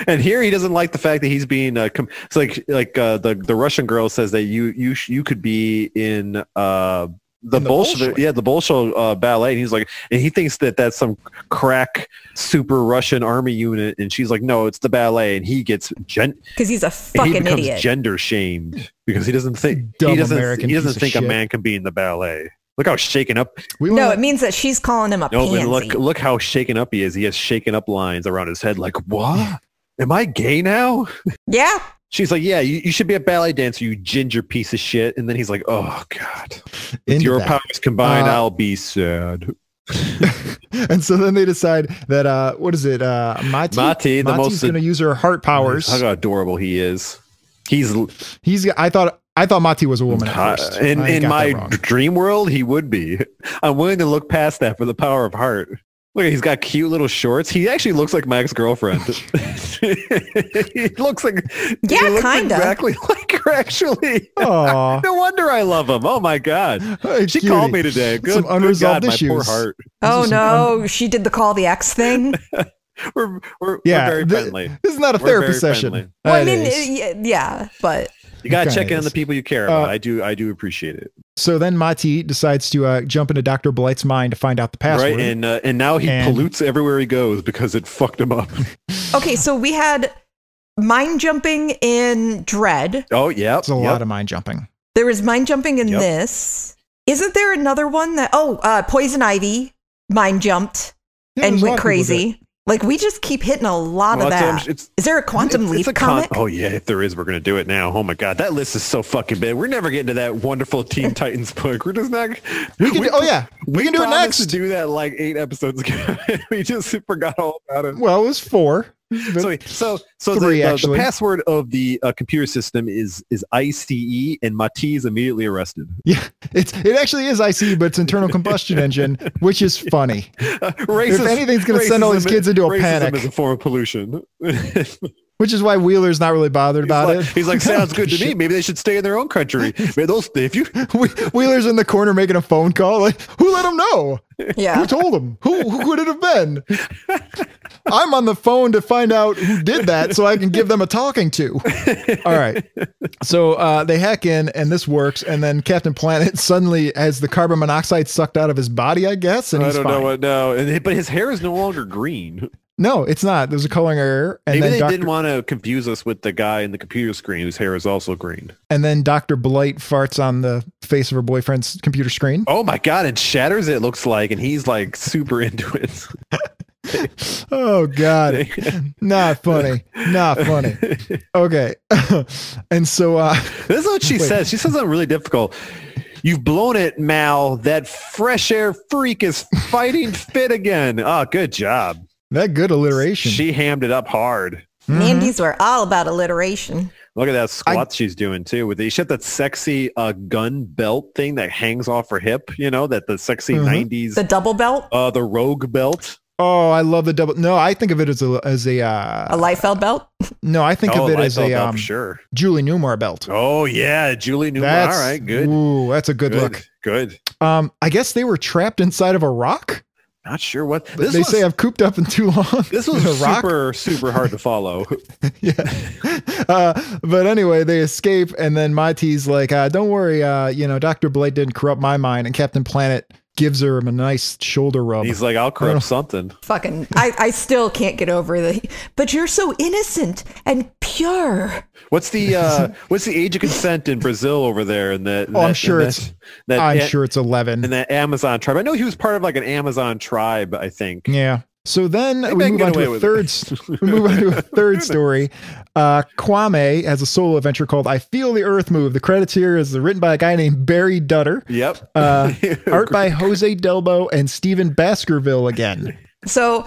and here he doesn't like the fact that he's being uh, com- it's like like uh, the the Russian girl says that you you sh- you could be in uh the, In the Bolshevik, Bolshoi. yeah, the Bolshoi uh, ballet, and he's like, and he thinks that that's some crack super Russian army unit, and she's like, no, it's the ballet, and he gets gen- Because he's a and he fucking becomes idiot. gender shamed because he doesn't think Dumb he doesn't American he doesn't piece of think a shit. man can be in the ballet. Look how shaken up! We no, wanna- it means that she's calling him a No, pansy. and look look how shaken up he is. He has shaken up lines around his head. Like, what? Am I gay now? yeah, She's like, yeah, you, you should be a ballet dancer, you ginger piece of shit. And then he's like, oh, God. With into your that. powers combined, Uh, I'll be sad. and so then they decide that uh what is it uh Mati, Mati, the Mati's most- going to use her heart powers. How adorable he is. He's l- He's I thought I thought Mati was a woman at hot. first. Uh, In, I in got my that wrong. dream world, he would be. I'm willing to look past that for the power of heart. Look, he's got cute little shorts. He actually looks like my ex-girlfriend. he looks like he Yeah, looks kinda. exactly like her. Actually, Aw. no wonder I love him. Oh my god, Hey, she cutie. called me today. Good, Some good unresolved God, my poor issues. heart. Oh is some no, she did the call the X thing. We're, we're, Yeah, we're very thi- friendly. This is not a We're very therapy session. friendly. Well, uh, I That mean, is. y- yeah, but You gotta Okay, check in on yes. the people you care about. Uh, I do. I do appreciate it. so then Mati decides to uh, jump into Dr. Blight's mind to find out the password. Right, and uh, and now he And- pollutes everywhere he goes because it fucked him up. okay. So we had mind jumping in Dread. Oh yeah, it's a lot of mind jumping. There was mind jumping in Yep. this. Isn't there another one that? Oh, uh, Poison Ivy mind jumped Yeah, and there's a lot went of people that- crazy. Like we just keep hitting a lot of that. Is It's, there a quantum it's- leap it's a con- comic? oh yeah, if there is, we're gonna do it now. Oh my god, that list is so fucking big. We're never getting to that wonderful Teen Titans book. We're just not. We can, do- oh yeah, we, can do it promised next. To do that like eight episodes ago, we just forgot all about it. well, it was four. So, so, so the, the- Three, the, actually. password of the uh, computer system is is ICE, and Mati is immediately arrested. Yeah, it's it actually is IC, but it's internal combustion engine, which is funny. Racist, anything's gonna send all these racism- kids into a racism panic. is a form of pollution. He's Which is why Wheeler's not really bothered about like- it. he's like, sounds good to me. Maybe they should stay in their own country. Man, those if you Whe- Wheeler's in the corner making a phone call. Like, who let him know? yeah. Who told him? Who who could it have been? I'm on the phone to find out who did that so I can give them a talking to. All right. So uh, they hack in and this works, and then Captain Planet suddenly has the carbon monoxide sucked out of his body, I guess, and I he's don't fine. know what no, and, but his hair is no longer green. no, it's not. There's a coloring error, and Maybe then they Dr. didn't want to confuse us with the guy in the computer screen whose hair is also green. and then Dr. Blight farts on the face of her boyfriend's computer screen. Oh my god! It shatters. It looks like, and he's like super into it. Oh God, not funny, not funny. Okay, and so uh, This is what she Wait. says. She says something really difficult. You've blown it, Mal. That fresh air freak is fighting fit again. Oh, good job. that good alliteration. She hammed it up hard. Mandy's were all about alliteration. Look at that squat she's doing too. With the, she had that sexy uh, gun belt thing that hangs off her hip. You know that the sexy Mhm. 90s, The double belt, uh, the rogue belt. Oh, I love the double. No, I think of it as a as a. Uh, a Liefeld belt. no, I think oh, of it a as Liefeld a belt um, for sure. Julie Newmar belt. Oh yeah, Julie Newman. All right, good. Ooh, that's a good, good look. Good. Um, I guess they were trapped inside of a rock. Not sure what they was- say I've cooped up in too long. This was a rock. super super hard to follow. yeah. Uh, but anyway, they escape, and then Mati's like, uh, "Don't worry, uh, you know, Doctor Blade didn't corrupt my mind." And Captain Planet gives her a nice shoulder rub. He's like, I'll Uh, corrupt something. Fucking, I, I still can't get over the. But you're so innocent and pure. What's the uh, what's the age of consent in Brazil over there? And that, Oh, I'm that- sure and it's- that, I'm that- sure it's eleven. And that Amazon tribe. I know he was part of like an Amazon tribe. I think. yeah. So then Maybe I we can move get on away to a with third. it. s- we move on to a third story. Uh, Kwame has a solo adventure called "I Feel the Earth Move." The credits here is written by a guy named Barry Dutter, Yep. uh, art by Jose Delbo and Stephen Baskerville again. So,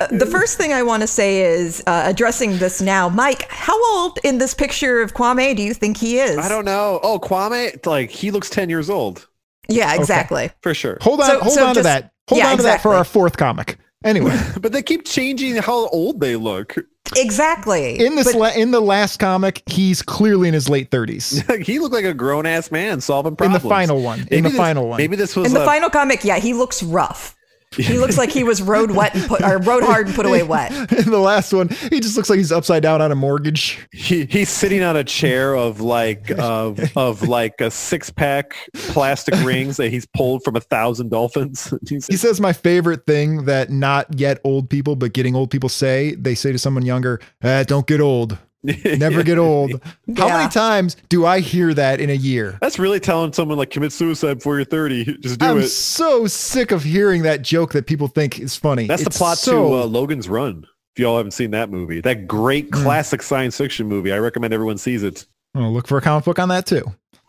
uh, the first thing I want to say is uh, addressing this now. Mike, how old in this picture of Kwame do you think he is? I don't know. Oh, Kwame, it's like he looks 10 years old Yeah, exactly. for sure. Hold on, So- hold so on to just- that. Hold yeah, on to that for exactly. our fourth comic. Anyway, But they keep changing how old they look. Exactly. in this la- in the last comic, he's clearly in his late thirties. he looked like a grown ass man solving In the problems. final one. In the this- final one. Maybe this was in the a- final comic, yeah, he looks rough. He looks like he was rode wet and put or rode hard and put away wet. in the last one, he just looks like he's upside down on a mortgage. he, he's sitting on a chair of like of of like a six pack plastic rings that he's pulled from a thousand dolphins. He's- He says my favorite thing that not yet old people, but getting old people say. They say to someone younger, ah, "Don't get old. Never get old." How Yeah. many times do I hear that in a year? That's really telling someone like commit suicide before you're 30. Just do I'm it. so sick of hearing that joke that people think is funny. That's It's the plot so- to uh, Logan's Run. If y'all haven't seen that movie, that great Hmm. classic science fiction movie, I recommend everyone sees it. I'll look for a comic book on that too.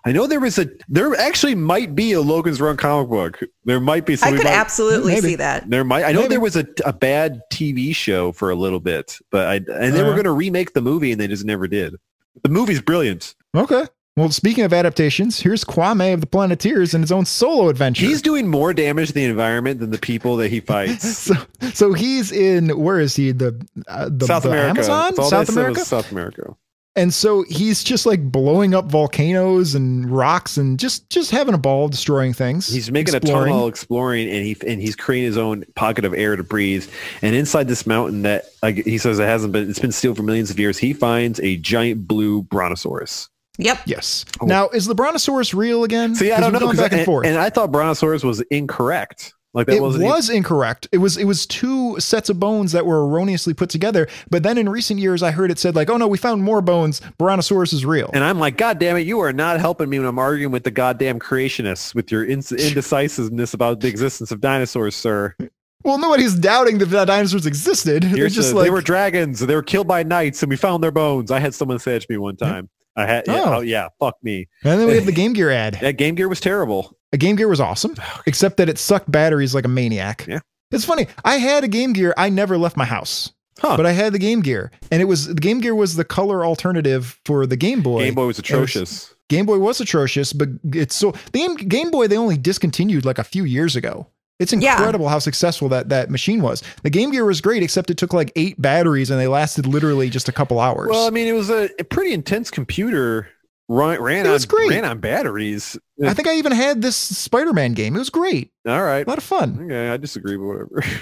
I know there was a there actually might be a Logan's Run comic book. There might be. So I we could might- absolutely Maybe. see that. There might. I know Maybe. there was a, a bad TV show for a little bit, but I and they were Uh. going to remake the movie and they just never did. The movie's brilliant. Okay. Well, speaking of adaptations, here's Kwame of the Planeteers in his own solo adventure. He's doing more damage to the environment than the people that he fights. so, so he's in where is he? The uh, the, South the America. Amazon, That's all they South said was America. South America. And so he's just like blowing up volcanoes and rocks and just just having a ball, destroying things. He's making a exploring. tunnel exploring, and he and he's creating his own pocket of air to breathe. And inside this mountain that like, he says it hasn't been, it's been sealed for millions of years. He finds a giant blue brontosaurus. Yep. Yes. Now is the brontosaurus real again? Oh. See, I 'Cause don't we've know gone 'cause back I- and forth. And I thought brontosaurus was incorrect. Like that it was wasn't even- incorrect. It was it was two sets of bones that were erroneously put together. But then in recent years, I heard it said like, "Oh no, we found more bones. Brontosaurus is real." And I'm like, God damn it, you are not helping me when I'm arguing with the goddamn creationists with your inc- indecisiveness about the existence of dinosaurs, sir. Well, nobody's doubting that the dinosaurs existed. They're You're just so- like they were dragons. They were killed by knights, and we found their bones. I had someone say it to me one time. I had, yeah, Oh. oh. yeah, fuck me. And then we have the Game Gear ad. That Game Gear was terrible. A Game Gear was awesome, except that it sucked batteries like a maniac. Oh, Yeah. It's funny. I had a Game Gear. I never left my house, Huh? but I had the Game Gear, and it was the Game Gear was the color alternative for the Game Boy. Game Boy was And it was- atrocious. Game Boy was atrocious, but it's so the Game, Game Boy they only discontinued like a few years ago. It's Yeah. incredible how successful that that machine was. The Game Gear was great, except it took like eight batteries and they lasted literally just a couple hours. Well, I mean, it was a, a pretty intense computer. Run, ran It on was great. ran on batteries. I think I even had this Spider-Man game. It was great, All right. a lot of fun. Okay, I disagree, but whatever.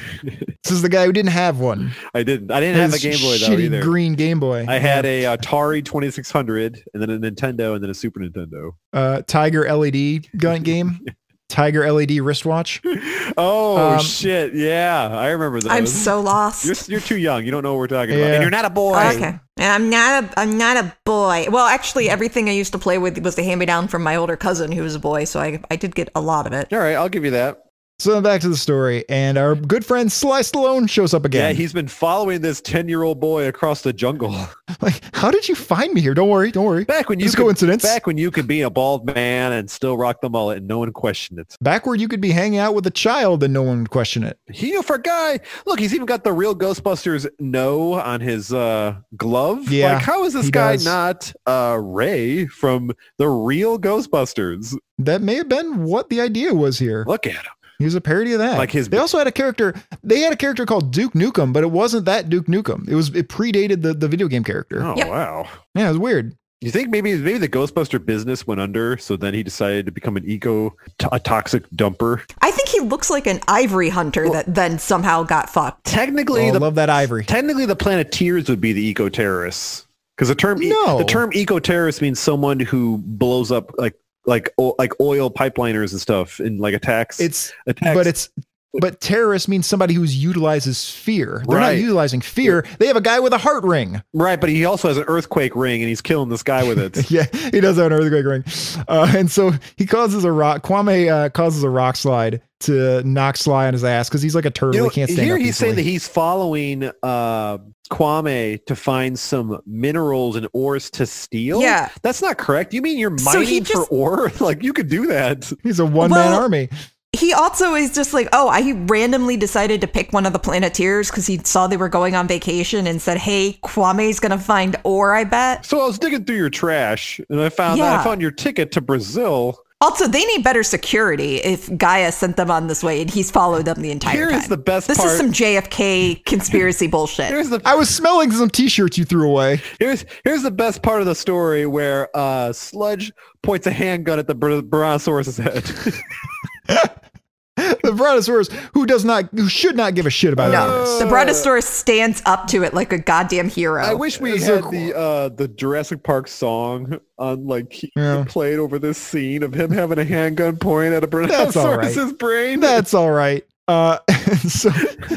This is the guy who didn't have one. I didn't. I didn't have a His Game Boy though shitty either. Green Game Boy. I had a Atari 2600 and then a Nintendo and then a Super Nintendo. uh, Tiger LED gun game, Tiger LED wristwatch. Oh Um, shit! Yeah, I remember those. I'm so lost. You're, you're too young. You don't know what we're talking about, Yeah. and you're not a boy. Oh, okay. And I'm not a I'm not a boy. Well, actually, everything I used to play with was the hand me down from my older cousin who was a boy, so I I did get a lot of it. All right, I'll give you that. So then back to the story, and our good friend Sly Stallone shows up Yeah, again. he's been following this ten-year-old boy across the jungle. like, how did you find me here? Don't worry, don't worry. Back when you Just could, coincidence. Back when you could be a bald man and still rock the mullet, and no one questioned it. Back where you could be hanging out with a child and no one would question it. He for a guy. Look, he's even got the real Ghostbusters no on his uh, glove. Yeah, like how is this he guy does. not uh, Ray from the real Ghostbusters? That may have been what the idea was here. Look at him. He was a parody of that. Like his- They also had a character. They had a character called Duke Nukem, but it wasn't that Duke Nukem. It was. It predated the the video game character. Oh Yep. wow. Yeah, it was weird. You think maybe maybe the Ghostbuster business went under, so then he decided to become an eco, to- a toxic dumper. I think he looks like an ivory hunter that then somehow got fucked. Technically, Oh, I the love that ivory. technically the Planeteers would be the eco terrorists because the term e- No. the term eco terrorist means someone who blows up like like o- like oil pipeliners and stuff and like attacks. It's attacks but it's but terrorist means somebody who utilizes fear. They're Right. not utilizing fear. They have a guy with a heart ring. Right, but he also has an earthquake ring and he's killing this guy with it. Yeah, he does have an earthquake ring. Uh, and so he causes a rock. Kwame uh, causes a rock slide to knock Sly on his ass because he's like a turtle. You know, he can't stand here up. he's saying that easily. he's following uh, Kwame to find some minerals and ores to steal. Yeah. that's not correct. You mean you're So he mining for just- ore? Like you could do that. he's a one man Well- army. He also is just like, oh, I randomly decided to pick one of the Planeteers because he saw they were going on vacation and said, hey, Kwame's going to find ore, I bet. So I was digging through your trash and I found I Yeah. found your ticket to Brazil. Also, they need better security if Gaia sent them on this way and he's followed them the entire Here time. is the best This part. is some JFK conspiracy bullshit. Here's the I was smelling some t shirts you threw away. here's here's the best part of the story where uh, Sludge points a handgun at the br- brontosaurus's head. The brontosaurus, who does not, who should not give a shit about any of No, this. the Brontosaurus stands up to it like a goddamn hero. I wish we It's so had cool. the uh, the Jurassic Park song on like he- Yeah. played over this scene of him having a handgun pointing at a That's all right. brontosaurus's brain. That's all right. Uh, and so,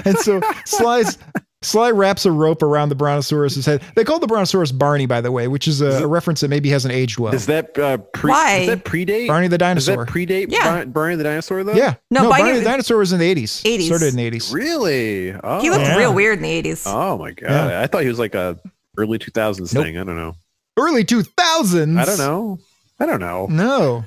and so Sly's, Sly wraps a rope around the brontosaurus's head. They called the brontosaurus Barney, by the way, which is a, a reference that maybe hasn't aged well. Does that uh, pre- Why? Does that predate Barney the Does dinosaur. that predate Yeah. Barney, Barney the dinosaur though? yeah. No, Barney, Barney- the dinosaur was in the 80s. 80s. Started in the 80s. Really? Oh. he looked Yeah. real weird in the 80s. Oh my god! Yeah. I thought he was like a early two thousands Nope. thing. I don't know. Early 2000s. I don't know. I don't know. No.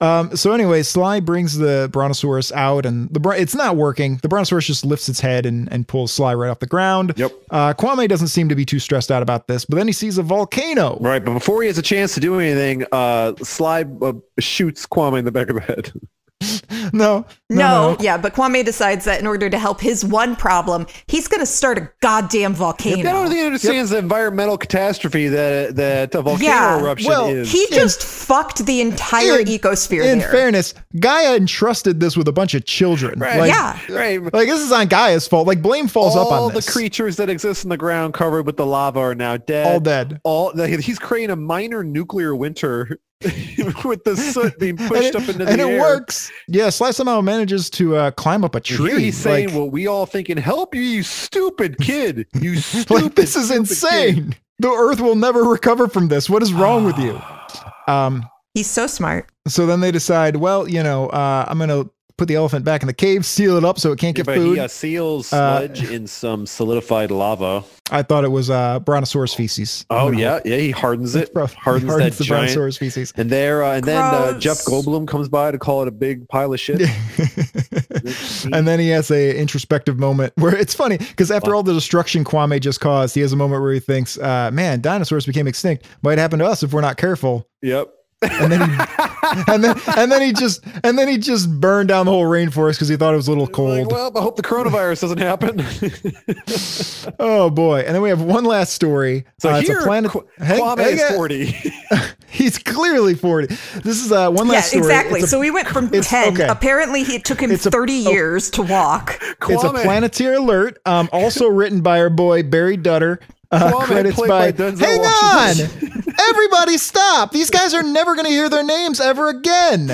Um, so anyway, Sly brings the brontosaurus out, and the bron- it's not working. The brontosaurus just lifts its head and, and pulls Sly right off the ground. Yep. Uh, Kwame doesn't seem to be too stressed out about this, but then he sees a volcano. Right, but before he has a chance to do anything, uh, Sly uh, shoots Kwame in the back of the head. No, No, yeah, but Kwame decides that in order to help his one problem, he's going to start a goddamn I don't volcano. think he understands the environmental catastrophe that that a volcano Yeah. eruption Well, is. He just fucked the entire In- ecosphere In there. fairness, Gaia entrusted this with a bunch of children. Right. Like, yeah. right. Like this is on Gaia's fault. Like blame falls up All on the this. creatures that exist in the ground covered with the lava are now dead. All dead. All like, he's creating a minor nuclear winter with the soot being And pushed it, up into the and it air. works. Yeah, Sly somehow manages to uh, climb up a And here tree. he's saying Like- what we all thinking, help you, you stupid kid. You stupid. like this is stupid kid." insane. The Earth will never recover from this. What is wrong with you? Um, He's so smart. so then they decide, well, you know, uh, I'm gonna put the elephant back in the cave, seal it up so it can't Yeah, get but food. he uh, seals Uh, sludge in some solidified lava. I thought it was uh, brontosaurus feces. Oh yeah, yeah. He hardens it. Bro- Hardens, hardens that the giant brontosaurus feces. And there, uh, and then uh, Jeff Gross. Goldblum comes by to call it a big pile of shit. and then he has a introspective moment where it's funny because after all the destruction Kwame just caused, he has a moment where he thinks, uh, "Man, dinosaurs became extinct. Might happen to us if we're not careful." yep. and then he, and then and then he just and then he just burned down the whole rainforest because he thought it was a little Like, cold. well, I hope the coronavirus doesn't happen. Uh, oh boy! And then we have one last story. so Uh, here, Qu- hang- Kwame hang is on. forty. He's clearly forty. This is uh, one Yeah, last story. exactly. It's a, so we went from it's- 10. okay. Apparently, he- it took him It's a- 30 years to walk. it's a Kwame- planetary alert. Um, also written by our boy Barry Dutter. Uh, Kwame credits played by. by Denzel hang Washington. on! Everybody stop! These guys are never going to hear their names ever again.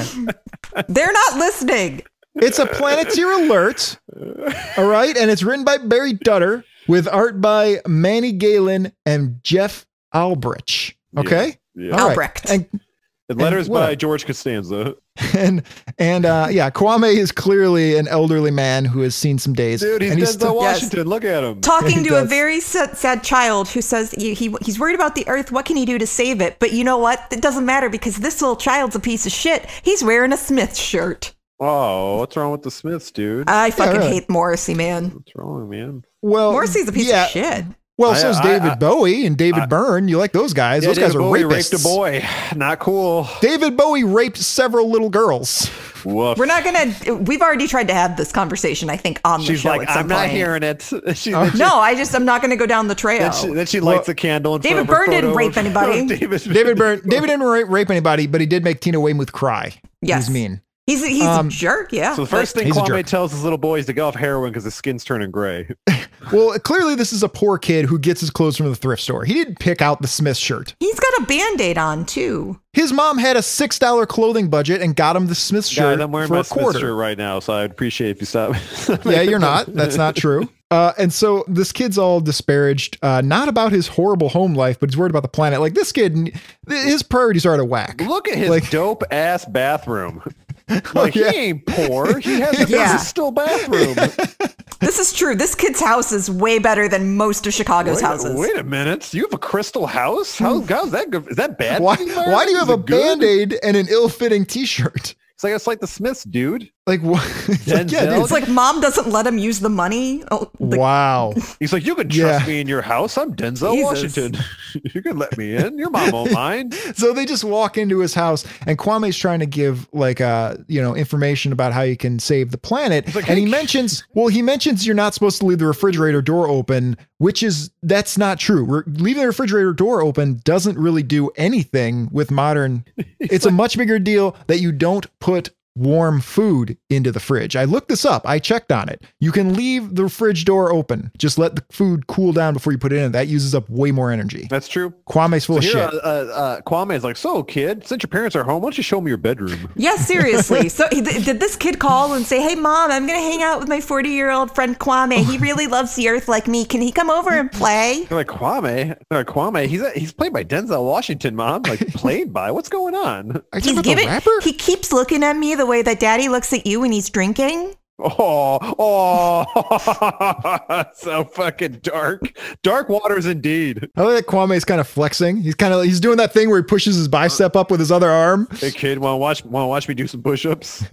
They're not listening. It's a Planeteer Alert. All right. And it's written by Barry Dutter with art by Manny Galen and Jeff Albrecht. Okay. Yeah. All right. Albrecht. And, And letters what? by George Costanza. and, and, uh, yeah, Kwame is clearly an elderly man who has seen some days. Dude, he's and Denzel still- Yes. Washington. Look at him. Talking He to a does. very sad, sad child who says he, he he's worried about the earth. What can he do to save it? But you know what? It doesn't matter because this little child's a piece of shit. He's wearing a Smith shirt. Oh, what's wrong with the Smiths, dude? I fucking really. hate Morrissey, man. What's wrong, man? well, Morrissey's a piece yeah, of shit. Well, I- so's I- David I- Bowie and David Byrne. You like those guys? those guys David are Bowie rapists. raped a boy. Not cool. David Bowie raped several little girls. Woof. We're not gonna. We've already tried to have this conversation. I think on the She's show. like, at some I'm not point." hearing it. She, Oh. then she, No, I just I'm not gonna go down the trail. then she, then she lights a candle. In David front of Byrne a didn't photo rape of- anybody. David, David Byrne. David didn't ra- rape anybody, but he did make Tina Weymouth cry. He Yes. was mean. He's he's Um, a jerk. Yeah. So the first thing He's a Kwame jerk. tells his little boy is to go off heroin because his skin's turning gray. Well, clearly this is a poor kid who gets his clothes from the thrift store. He didn't pick out the Smith shirt. He's got a band aid on too. His his mom had a six dollar clothing budget and got him the Smith shirt God, I'm wearing for my a quarter. Smith shirt right now, so I'd appreciate if you stop. yeah, you're not. That's not true. Uh, and so this kid's all disparaged, uh, not about his horrible home life, but he's worried about the planet. Like this kid, th- his priorities are out of whack. Look at his Like- dope ass bathroom. Like yeah. he ain't poor. He has a Yeah. still bathroom. This is true. This kid's house is way better than most of Chicago's Wait, a- houses. wait a minute. You have a crystal house? How, how's that good? Is that bad? Hmm. Why, for the environment? why do you have Is a it good? band aid and an ill fitting t shirt? It's like it's like the Smiths, dude. Like, what? It's like, yeah, Denzel- dude. Oh, It's like mom doesn't let him use the money. Oh, the- Wow. He's like, you can trust Yeah. me in your house. I'm Denzel Jesus. Washington. you can let me in. Your mom won't mind. so they just walk into his house and Kwame's trying to give like uh you know information about how you can save the planet like, and he "Hey, mentions well he mentions you're not supposed to leave the refrigerator door open which is that's not true Re- leaving the refrigerator door open doesn't really do anything with modern it's a much bigger deal that you don't put warm food into the fridge. I looked this up. I checked on it. You can leave the fridge door open. Just let the food cool down before you put it in. That uses up way more energy. That's true. Kwame's full So of here, shit. uh, uh, uh, Kwame is like, so kid, since your parents are home, why don't you show me your bedroom? yeah, seriously. So he, th- did this kid call and say, "Hey, mom, I'm gonna hang out with my 40 year old friend Kwame. He really loves the earth like me. Can he come over and play?" They're like Kwame. They're like Kwame. He's uh, he's played by Denzel Washington, mom. Like played by. What's going on? Are you talking He's about the giving. rapper? He keeps looking at me the way that Daddy looks at you when he's drinking. Oh, oh, so fucking dark. Dark waters indeed. I like that Kwame's kind of flexing. He's kind of he's doing that thing where he pushes his bicep up with his other arm. Hey kid, want to watch? Want to watch me do some push-ups?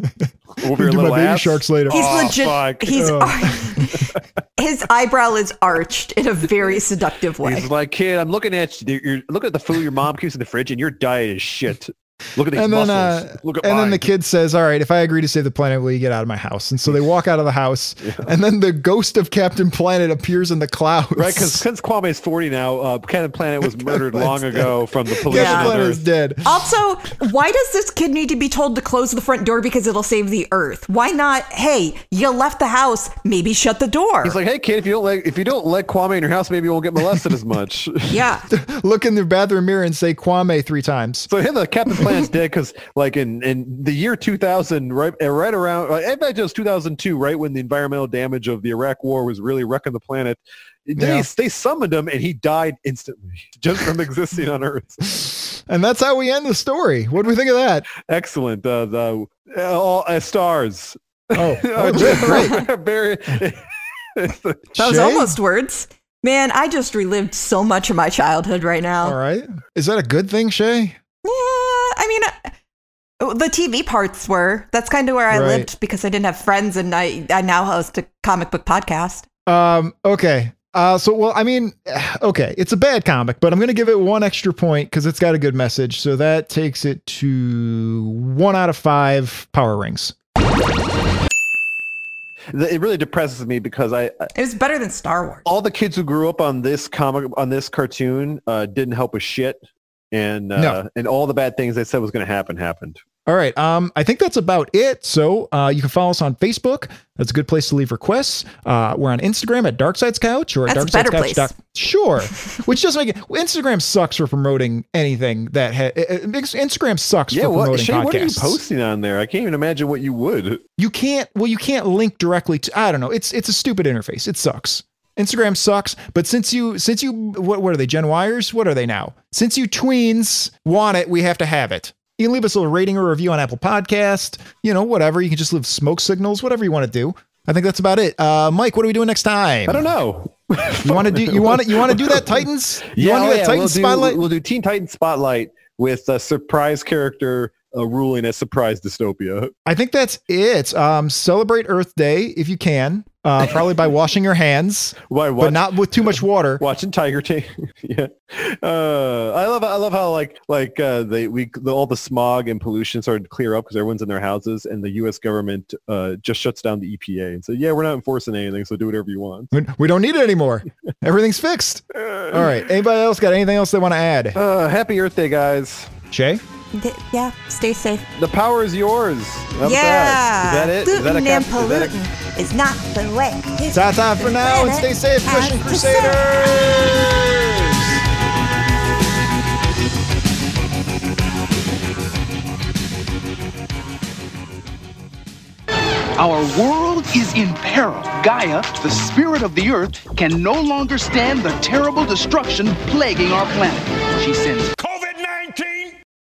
Over your do my little baby ass? sharks later. He's Oh, legit. fuck. He's his eyebrow is arched in a very seductive way. He's like, kid, I'm looking at you. You're, look at the food your mom keeps in the fridge, and your diet is shit. Look at these And then, muscles. uh, look at and mine. then the kid says, "All right, if I agree to save the planet, will you get out of my house?" And so they walk out of the house, and then the ghost of Captain Planet appears in the clouds. Right, because since Kwame's 40 now, uh, Captain Planet was murdered long ago from the pollution Captain on Planet is Earth. dead. Also, why does this kid need to be told to close the front door because it'll save the earth? Why not, hey, you left the house, maybe shut the door? He's like, hey kid, if you don't let if you don't let Kwame in your house, maybe you won't get molested as much. yeah. Look in the bathroom mirror and say Kwame three times. So him, the Captain Planet's dead because, like, in, in the year 2000, right, uh, right around, like, in fact, it was 2002, right when the environmental damage of the Iraq War was really wrecking the planet. They, Yeah. they summoned him and he died instantly just from existing on Earth. And that's how we end the story. What do we think of that? Excellent. Uh, the uh, all uh, stars. Oh, Uh, Very- That was Shay? almost words. Man, I just relived so much of my childhood right now. All right. Is that a good thing, Shay? Yeah, I mean, uh, the TV parts were. That's kind of where I Right. lived because I didn't have friends and I, I now host a comic book podcast. Um, okay. Uh, so, well, I mean, okay, it's a bad comic, but I'm going to give it one extra point because it's got a good message. So that takes it to one out of five power rings. it really depresses me because I, It was better than Star Wars. all the kids who grew up on this comic on this cartoon uh, didn't help a shit and uh, No. and all the bad things they said was going to happen happened All right. Um, I think that's about it. So uh, you can follow us on Facebook. That's a good place to leave requests. Uh, we're on Instagram at Darkside's Couch or at That's a better place. darksidescouch.com. Sure, which doesn't make it. Instagram sucks for promoting anything that ha- it- it makes- Instagram sucks yeah for what, promoting Shane, podcasts. what are you posting on there i can't even imagine what you would you can't well you can't link directly to i don't know it's it's a stupid interface it sucks instagram sucks but since you since you what, what are they gen wires what are they now since you tweens want it we have to have it you can leave us a little rating or review on apple podcast you know whatever you can just leave smoke signals whatever you want to do i think that's about it uh mike what are we doing next time i don't know you want to do you want to you want to do that titans you want to oh do that we'll, titans spotlight do, we'll do teen titan spotlight with a surprise character uh, ruling a surprise dystopia I think that's it. Um, celebrate Earth Day if you can, uh, probably by washing your hands, Why but watch- not with too much water. watching Tiger King. yeah, uh, I love I love how like like uh, they we the, all the smog and pollution started to clear up because everyone's in their houses and the U.S. government uh, just shuts down the EPA and said, yeah, we're not enforcing anything, so do whatever you want. We- We don't need it anymore. Everything's fixed. All right. Anybody else got anything else they want to add? Uh, happy Earth Day, guys. Shay? Th- Yeah, stay safe. The power is yours. How's yeah. That? Is that it? Is that a Gluten cap- is and that a- pollutant is not the way. It's Ta ta for now and stay safe, Christian Crusaders! Our world is in peril. Gaia, the spirit of the earth, can no longer stand the terrible destruction plaguing our planet. She sends